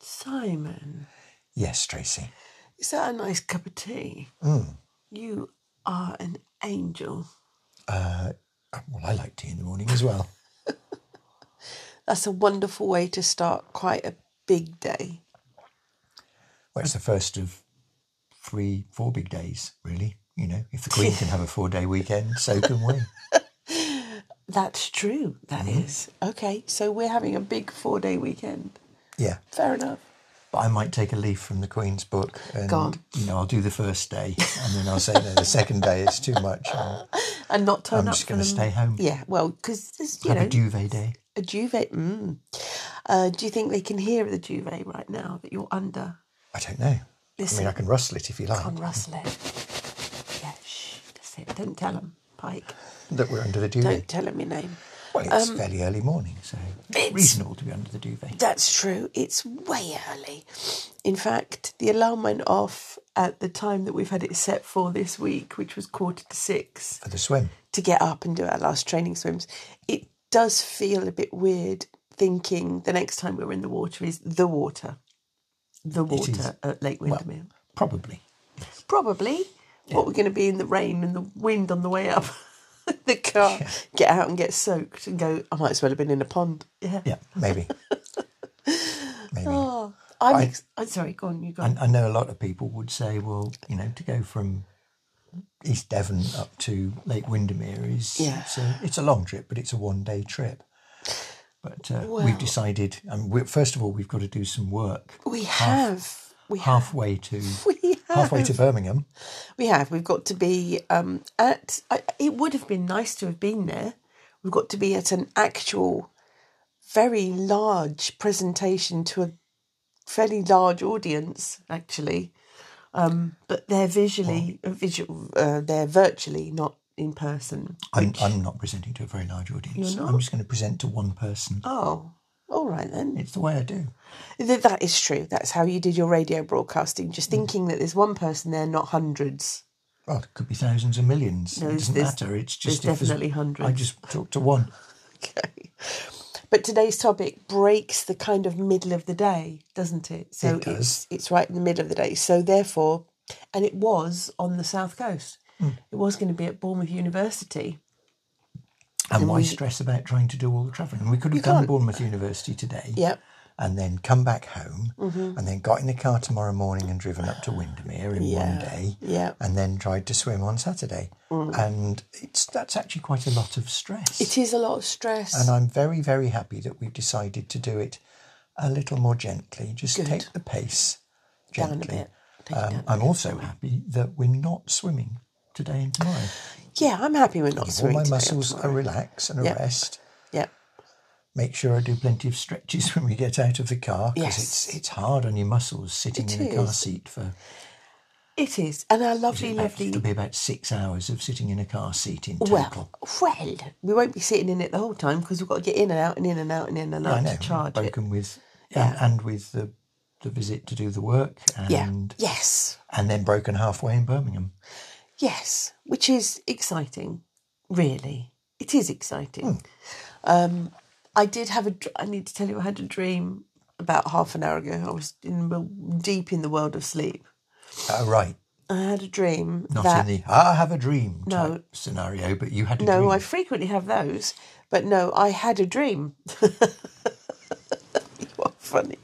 Simon, Yes, Tracy. is that a nice cup of tea? Mm. You are an angel. Uh, Well, I like tea in the morning as well. That's a wonderful way to start quite a big day. Well, it's the first of three, four big days, really. You know, if the Queen can have a four day weekend, so can we. That's true. That Mm-hmm. is Okay, so we're having a big four day weekend. Yeah. Fair enough. But I might take a leaf from the Queen's book and, Go on. you know, I'll do the first day and then I'll say, no, the second day is too much. I'll And not turn I'm up just for gonna them. stay home. Yeah, well, because there's, you have know, a duvet day. a duvet. Mm. Uh, do you think they can hear the duvet right now that you're under? I don't know. I Listen. mean, I can rustle it if you like, Come on, rustle it. Yeah, shh, that's it. Don't tell them, Pike. that we're under the Don't duvet. tell them your name. Well, it's fairly early morning, so It's- reasonable to be under the duvet. That's true. It's way early. In fact, the alarm went off at the time that we've had it set for this week, which was quarter to six, For the swim. to get up and do our last training swims. It does feel a bit weird thinking the next time we're in the water is the water. The is. water at Lake Windermere. Probably. Probably. What we're going to be in the rain and the wind on the way up the car, get out and get soaked and go, I might as well have been in a pond. Yeah. Yeah, maybe. maybe. Oh, I'm, ex- I'm sorry, go on, you go. on. And I know a lot of people would say, well, you know, to go from East Devon up to Lake Windermere is Yeah. it's, a, it's a long trip, but it's a one day trip. But uh, Well- we've decided, um, we first of all, we've got to do some work we have. we have. halfway to We have. halfway to Birmingham. We have. We've got to be um, at. I, it would have been nice to have been there. We've got to be at an actual, very large presentation to a fairly large audience, actually. Um, but they're visually, uh, visual, uh, they're virtually, not in person. I'm, I'm not presenting to a very large audience. You're I'm not? just going to present to one person. Oh, all right then. It's the way I do. Th- that is true. That's how you did your radio broadcasting, just thinking that there's one person there, not hundreds. Well, it could be thousands and millions. it There's- doesn't there's- matter. It's just there's if there's- definitely hundreds. I just talk to one. Okay. But today's topic breaks the kind of middle of the day, doesn't it? So It does. it's it's right in the middle of the day. So therefore, and it was on the south coast. Hmm. It was going to be at Bournemouth University. And why we- stress about trying to do all the travelling? We could have You done can't. Bournemouth University today Yep. Mm-hmm. and then come back home and then got in the car tomorrow morning and driven up to Windermere in one Yeah, Mm. day yeah. and then tried to swim on Saturday. And it's that's actually quite a lot of stress. It is a lot of stress. and I'm very, very happy that we've decided to do it a little more gently. Just take the pace Down a gently. bit. Take it Um, down. I'm also happy that we're not swimming today and tomorrow. yeah, I'm happy we're not All swimming. my today. muscles are relaxed and a Yeah. rest. Yep. make sure I do plenty of stretches when we get out of the car because Yes. it's it's hard on your muscles sitting It in a car is. seat for It is. And our lovely, about, lovely it'll be about six hours of sitting in a car seat in total. Well, well, we won't be sitting in it the whole time because we've got to get in and out and in and out and in and I out know, to charge it. broken with and, and with the the visit to do the work and Yeah. Yes. and then broken halfway in Birmingham. Yes, which is exciting, really. It is exciting. Um, Hmm. I did have a. dr- I need to tell you, I had a dream about half an hour ago. I was in the, deep in the world of sleep. Oh, right, I had a dream not that in the "Ah, I have a dream No. type scenario, but you had a no, dream. I frequently have those, but no, I had a dream. you are funny.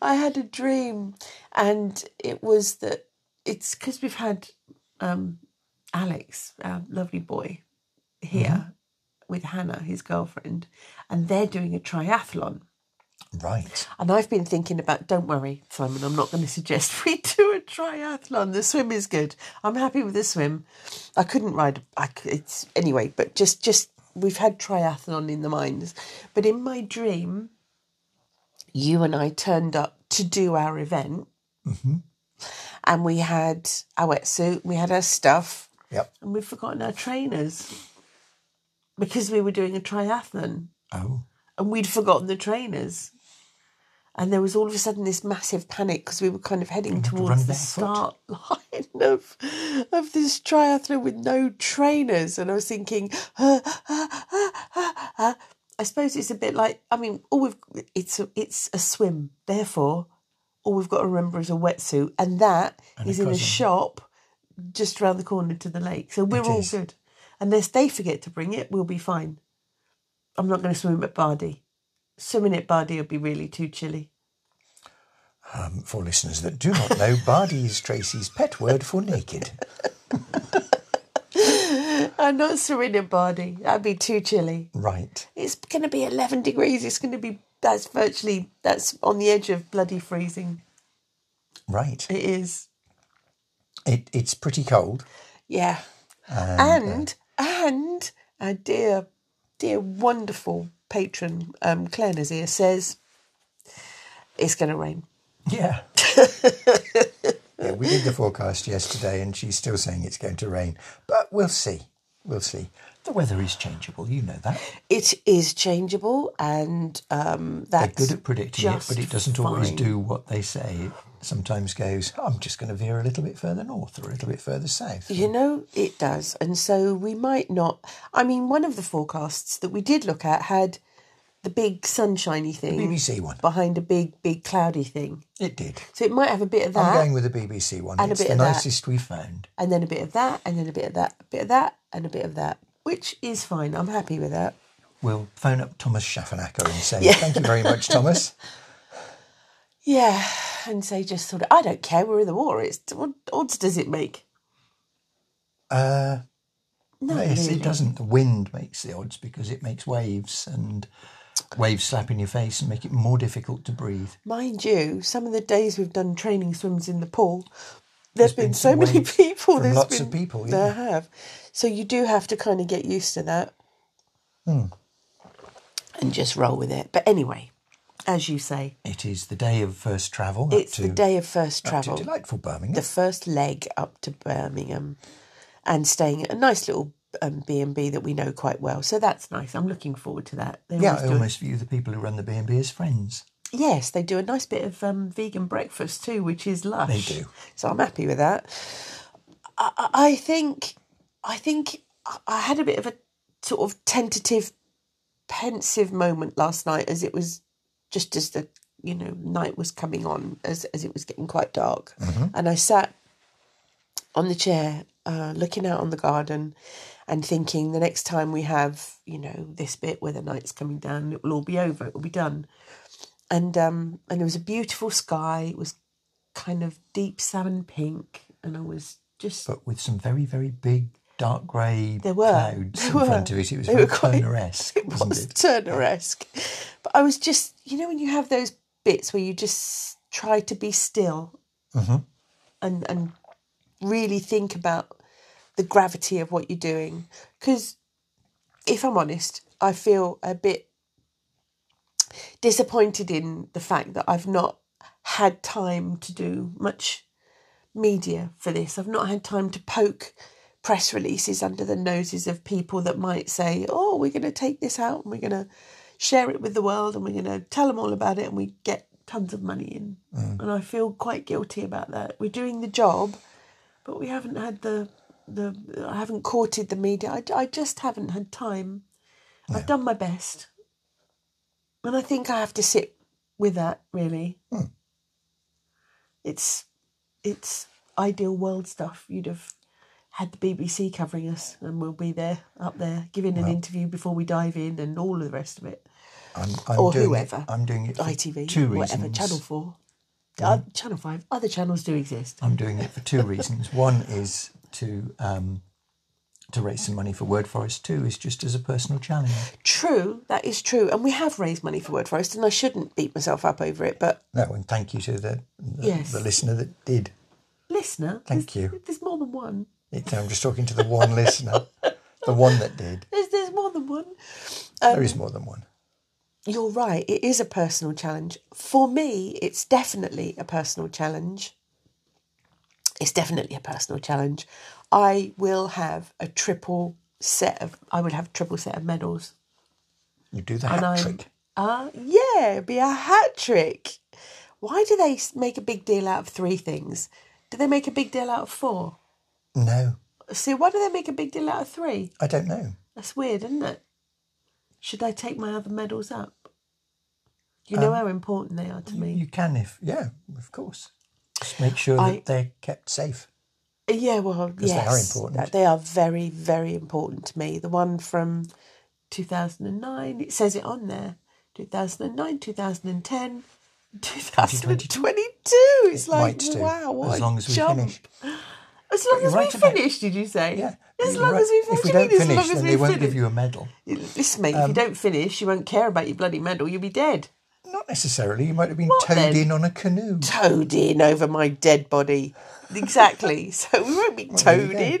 I had a dream, and it was that it's because we've had um, Alex, our lovely boy, here with Hannah, his girlfriend, and they're doing a triathlon. Right, And I've been thinking about, don't worry, Simon, I'm not going to suggest we do a triathlon. The swim is good. I'm happy with the swim. I couldn't ride, I, c- it's, anyway, but just, just, we've had triathlon in the minds. But in my dream, you and I turned up to do our event. And we had our wetsuit, we had our stuff, yep. and we've forgotten our trainers because we were doing a triathlon Oh, and we'd forgotten the trainers. And there was all of a sudden this massive panic because we were kind of heading to run towards the barefoot. start line of of this triathlon with no trainers. And I was thinking, "Ah, ah, ah, ah, ah." I suppose it's a bit like I mean, all we've, it's a, it's a swim. Therefore, all we've got to remember is a wetsuit, and that is a in a cousin. shop just around the corner to the lake. So we're all is. good. Unless they forget to bring it, we'll be fine. I'm not going to swim at Bardi. Swimming at Bardi would be really too chilly. Um, for listeners that do not know, Bardi is Tracy's pet word for naked. I'm not swimming at Bardi. That'd be too chilly. Right. It's going to be 11 degrees. It's going to be, that's virtually, that's on the edge of bloody freezing. Right. It is. It, it's pretty cold. Yeah. And, and our dear, dear wonderful patron, um, Claire Nazir, says it's going to rain. Yeah. yeah, we did the forecast yesterday and she's still saying it's going to rain. But we'll see. We'll see. The weather is changeable, you know that. It is changeable, and um, They're that's good at predicting it, but it just doesn't always fine. do what they say. It sometimes goes, I'm just going to veer a little bit further north or a little bit further south. You know, it does. And so we might not. I mean, one of the forecasts that we did look at had the big sunshiny thing BBC one. behind a big, big cloudy thing. It did. So it might have a bit of I'm that, going with the BBC one. And a it's bit the of that. nicest we found. and then a bit of that, and then a bit of that, a bit of that, and a bit of that, which is fine. I'm happy with that. We'll phone up Thomas Schaffenacker and say, Thank you very much, Thomas. Yeah. And so just sort of, I don't care. We're in the war. It's what odds does it make? Uh, No, yes, it doesn't. The wind makes the odds because it makes waves and waves slap in your face and make it more difficult to breathe. Mind you, some of the days we've done training swims in the pool, there's been, been so some many waves people. from there's lots been, of people, There yeah. have. So you do have to kind of get used to that Hmm. and just roll with it. But anyway, as you say, It is the day of first travel. up it's to, the day of first up to travel, delightful Birmingham. the first leg up to Birmingham and staying at a nice little um, B&B that we know quite well. So that's nice. I'm looking forward to that. They yeah, always I do a- almost view the people who run the B&B as friends. Yes, they do a nice bit of um, vegan breakfast too, which is lush. do. So I'm happy with that. I, I- I think, I think I- I had a bit of a sort of tentative, pensive moment last night as it was just as the you know night was coming on as as it was getting quite dark, and I sat on the chair, uh, looking out on the garden and thinking the next time we have, you know, this bit where the night's coming down, it will all be over, it will be done. And um and it was a beautiful sky, it was kind of deep salmon pink, and I was just But with some very, very big dark grey There were. clouds There in were. front of it. It was They very were quite- Turner-esque, it wasn't was it? Turner esque. But I was just you know when you have those bits where you just try to be still and and really think about the gravity of what you're doing. Because if I'm honest, I feel a bit disappointed in the fact that I've not had time to do much media for this. I've not had time to poke press releases under the noses of people that might say, oh, we're going to take this out and we're going to share it with the world and we're going to tell them all about it and we get tons of money in. And I feel quite guilty about that. We're doing the job, but we haven't had the. The I haven't courted the media. I, I just haven't had time. I've done my best, and I think I have to sit with that. Really, it's it's ideal world stuff. You'd have had the BBC covering us, and we'll be there up there giving an interview before we dive in, and all of the rest of it. I'm, I'm Or doing whoever. It, I'm doing it for ITV, two reasons. whatever Channel Four, uh, Channel Five, other channels do exist. I'm doing it for two reasons. One is to um, to raise some money for Word Forest. Two is just as a personal challenge. True, that is true, and we have raised money for Word Forest, and I shouldn't beat myself up over it. But No, and thank you to the the, Yes. the listener that did. listener, Thank there's- you. There's more than one. It, I'm just talking to the one listener, the one that did. There's there's more than one. Um, there is more than one. You're right, it is a personal challenge. For me, it's definitely a personal challenge. It's definitely a personal challenge. I will have a triple set of I would have a triple set of medals. You do the And hat I'm- trick. Ah, yeah, it'd be a hat trick. Why do they s- make a big deal out of three things? Do they make a big deal out of four? No, See, why do they make a big deal out of three? I don't know. That's weird, isn't it? Should I take my other medals up? You know how important they are to me. You can if, yeah, of course. Just make sure I- that they're kept safe. Yeah, well, yes, they are important. that- They are very, very important to me. The one from 2009, it says it on there 2009, 2010, 2022. It's like, Might do, wow, what as a long as we jump. finish. As long you're as right we about- finish, did you say? Yeah. As You're long right. as we finish. If we don't as long finish, as then we they won't finish. give you um, a medal. Listen, mate, if you don't finish, you won't care about your bloody medal. You'll be dead. Not necessarily. You might have been What towed then? in on a canoe. Towed in over my dead body. Exactly. so we won't be there you towed go. in.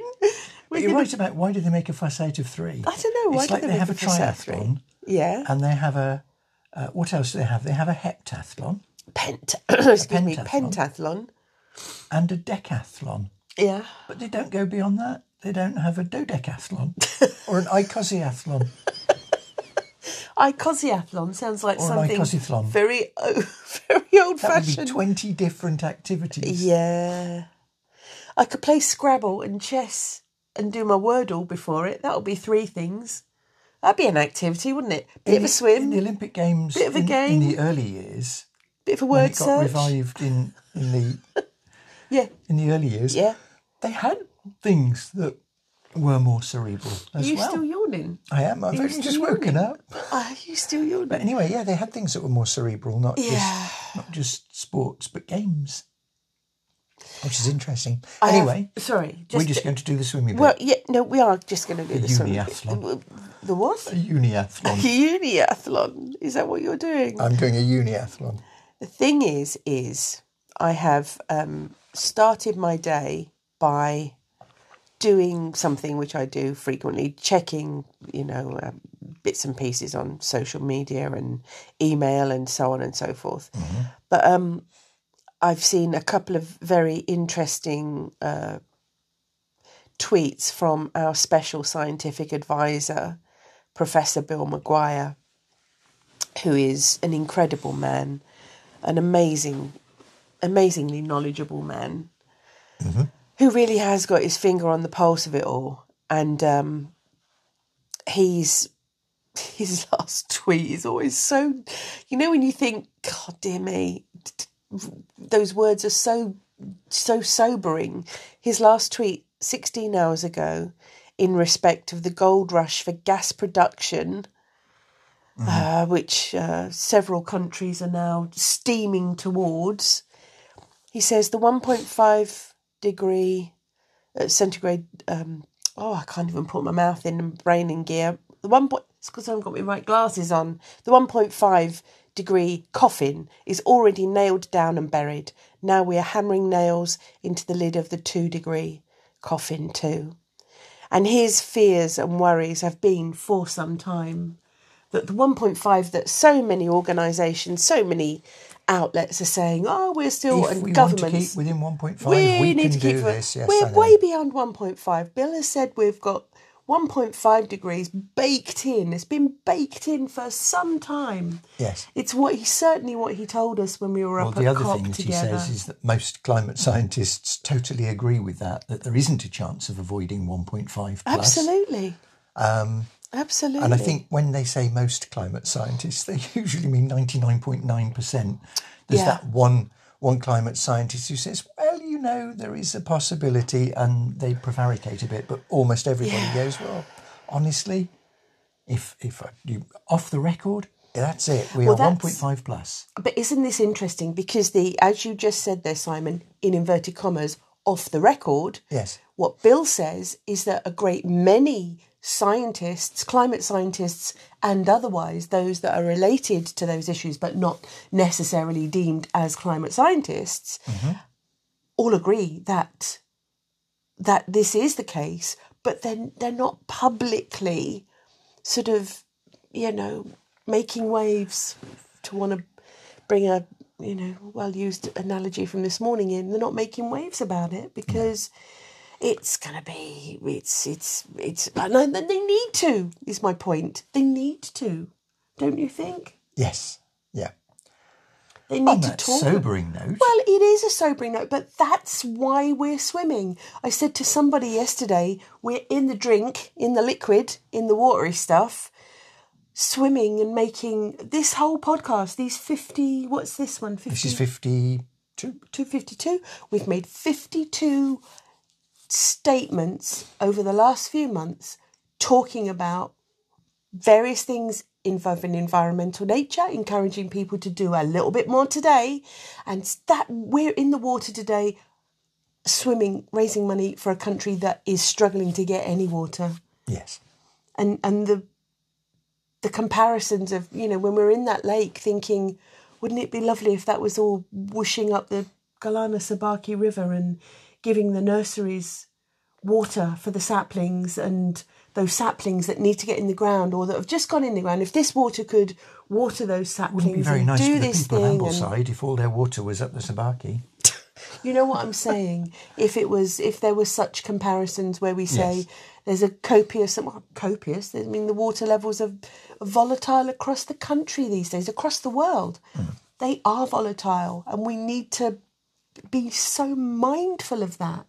We're You're gonna- right about why do they make a fuss out of three? I don't know. Why It's do like they, they, make have a it for Saturday? triathlon Yeah. and they have a. Uh, what else do they have? They have a heptathlon Pent. excuse me. Pentathlon. pentathlon. and a decathlon, Yeah. but they don't go beyond that. They don't have a dodecathlon or an icosiathlon. Icosiathlon sounds like Or Oh, an something icosithlon. very, o- very That would be old-fashioned. twenty different activities. yeah. I could play Scrabble and chess and do my Wordle before it. That would be three things. That'd be an activity, wouldn't it? Bit of a in swim, the Olympic Games. Bit of a in, game. in the early years. bit of a When word it got search. revived in in the Yeah, in the early years. yeah. they had things that were more cerebral as you well. still yawning? I am. I've you only just still woken up. Are you still yawning? But anyway, yeah, they had things that were more cerebral, not Yeah. just not just sports, but games, which is interesting. I have- anyway, Uh, sorry. we're just going to do the swimming Well, bit. yeah, no, we are just going to do the swimming. uniathlon. The what? A uniathlon. Uniathlon. Is that what you're doing? I'm doing a uniathlon. The thing is, is I have um, started my day by doing something which I do frequently, checking, you know, um, bits and pieces on social media and email and so on and so forth. But um, I've seen a couple of very interesting uh, tweets from our special scientific advisor, Professor Bill Maguire, who is an incredible man, an amazing, amazingly knowledgeable man, who really has got his finger on the pulse of it all. And um, he's his last tweet is always so, you know, when you think, God dear me, t- t- those words are so so sobering. His last tweet 16 hours ago in respect of the gold rush for gas production, uh, which uh, several countries are now steaming towards. He says the 1.5 degree uh, centigrade. Um, oh, I can't even put my mouth in and brain in gear. The one point. It's because I haven't got my right glasses on. The 1.5 degree coffin is already nailed down and buried. Now we are hammering nails into the lid of the two degree coffin too. And his fears and worries have been for some time that the 1.5 that so many organisations, so many outlets are saying, oh, we're still If and we want governments to keep within 1.5, we, we, need can to keep do this. Yes, I we're know. way beyond 1.5 bill has said we've got 1.5 degrees baked in it's been baked in for some time yes. it's what he certainly what he told us when we were Well, up at the other COP thing that he together says is that most climate scientists totally agree with that, that there isn't a chance of avoiding 1.5 plus. absolutely um absolutely And I think when they say most climate scientists, they usually mean 99.9%. There's Yeah. that one one climate scientist who says, well, you know, there is a possibility, and they prevaricate a bit, but almost everybody Yeah. goes, well, honestly, if if I, you off the record, that's it. We Well, are that's- 1.5 plus. But isn't this interesting? Because the, as you just said there, Simon, in inverted commas, off the record. Yes. What Bill says is that a great many scientists, climate scientists, and otherwise those that are related to those issues, but not necessarily deemed as climate scientists, all agree that that this is the case. But then they're not publicly sort of, you know, making waves to want to bring a, you know, well used analogy from this morning in. They're not making waves about it because it's going to be, it's, it's, it's, and I- they need to, is my point. They need to, don't you think? Yes. Yeah. They On need to that talk. sobering note, Well, it is a sobering note, but that's why we're swimming. I said to somebody yesterday, we're in the drink, in the liquid, in the watery stuff. swimming and making this whole podcast, these 50, what's this one? 50, This is 52. 252. We've made 52 statements over the last few months talking about various things involving environmental nature, encouraging people to do a little bit more today. And that we're in the water today swimming, raising money for a country that is struggling to get any water Yes. and and the the comparisons of you know when we're in that lake thinking wouldn't it be lovely if that was all whooshing up the Galana Sabaki River and giving the nurseries water for the saplings and those saplings that need to get in the ground or that have just gone in the ground if this water could water those saplings It'd be very and nice do for the this people of thing and, Ambleside if all their water was up the Sabaki. you know what I'm saying? if it was, if there were such comparisons where we say Yes. there's a copious, well, copious. I mean, the water levels are volatile across the country these days, across the world. They are volatile, and we need to be so mindful of that.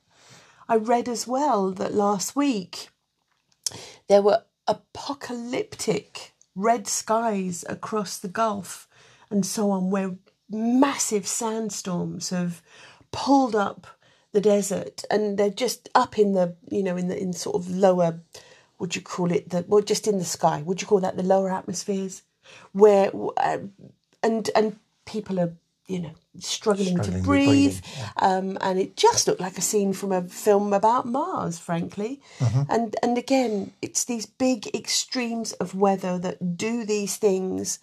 I read as well that last week there were apocalyptic red skies across the Gulf and so on, where massive sandstorms have pulled up the desert and they're just up in the, you know, in the in sort of lower, would you call it the, well, just in the sky, would you call that the lower atmospheres? Where, uh, and, and people are, you know, struggling, Struggling to with breathe breathing, um, and it just looked like a scene from a film about Mars, frankly. And and again, it's these big extremes of weather that do these things,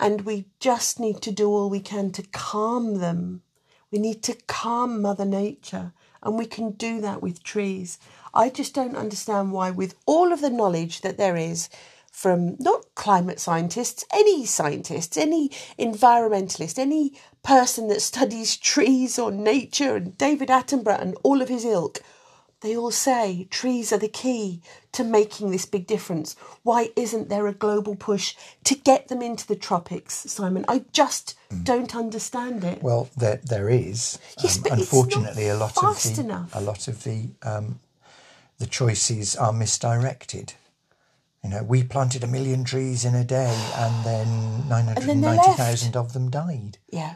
and we just need to do all we can to calm them. We need to calm Mother Nature, and we can do that with trees. I just don't understand why, with all of the knowledge that there is from not climate scientists, any scientists, any environmentalist, any person that studies trees or nature, and David Attenborough and all of his ilk, they all say trees are the key to making this big difference. Why isn't there a global push to get them into the tropics, Simon? I just don't understand it. Well, there there is. Um, Yes, but it's unfortunately, not a lot fast of the enough. a lot of the um, the choices are misdirected. You know, we planted a million trees in a day, and then nine hundred then they're ninety thousand of them died, yeah.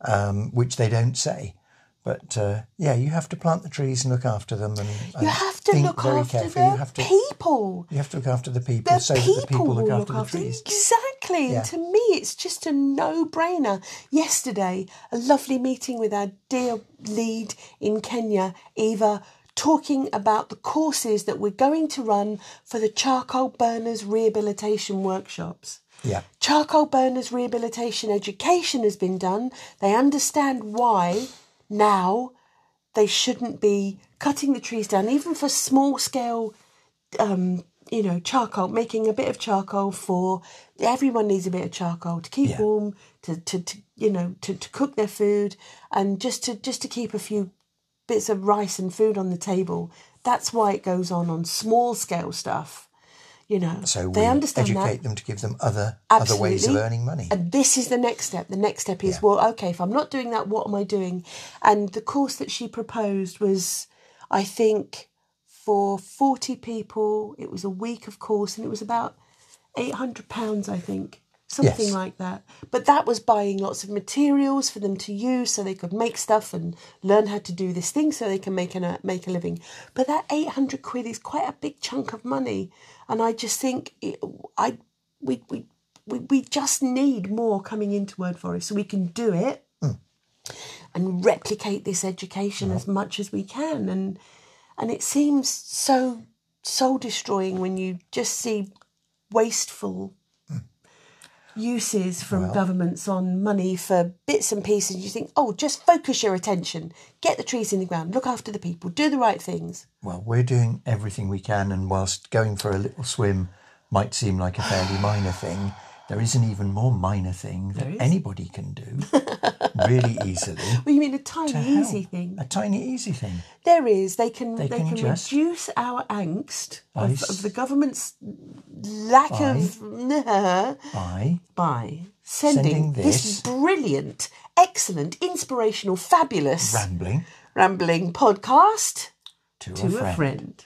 um, which they don't say. But uh, yeah, you have to plant the trees and look after them, and, and You have to think look very after carefully. You the have to people. you have to look after the people, The so people, that the people look will after the trees. Exactly. Yeah. And to me, it's just a no brainer. Yesterday, a lovely meeting with our dear lead in Kenya, Eva, talking about the courses that we're going to run for the charcoal burners rehabilitation workshops. Yeah, Charcoal burners rehabilitation education has been done. They understand why now they shouldn't be cutting the trees down, even for small scale, um, you know, charcoal, making a bit of charcoal for everyone needs a bit of charcoal to keep Yeah. warm, to, to, to you know, to, to cook their food and just to just to keep a few bits of rice and food on the table. That's why it goes on on small scale stuff. You know, so they we understand that. educate them to give them other other ways of Absolutely. earning money. And this is the next step. The next step is, well, okay, if I'm not doing that, what am I doing? And the course that she proposed was, I think, for 40 people. It was a week of course, and it was about £800, I think, something Yes. like that. But that was buying lots of materials for them to use so they could make stuff and learn how to do this thing so they can make, an, uh, make a living. But that 800 quid is quite a big chunk of money. And I just think it, I we, we, we, we just need more coming into Word Forest so we can do it and replicate this education as much as we can. And and it seems so soul destroying when you just see wasteful Hmm. uses from governments on money for bits and pieces. You think, oh, just focus your attention, get the trees in the ground, look after the people, do the right things. Well, we're doing everything we can, and whilst going for a little swim might seem like a fairly minor thing, there is an even more minor thing that anybody can do really easily. Well, you mean a tiny, Help. easy thing? A tiny, easy thing. There is. They can they, can can, just- reduce our angst By of, s- of the government's lack of By by sending, Sending this. this. brilliant, excellent, inspirational, fabulous rambling rambling podcast to, to a friend.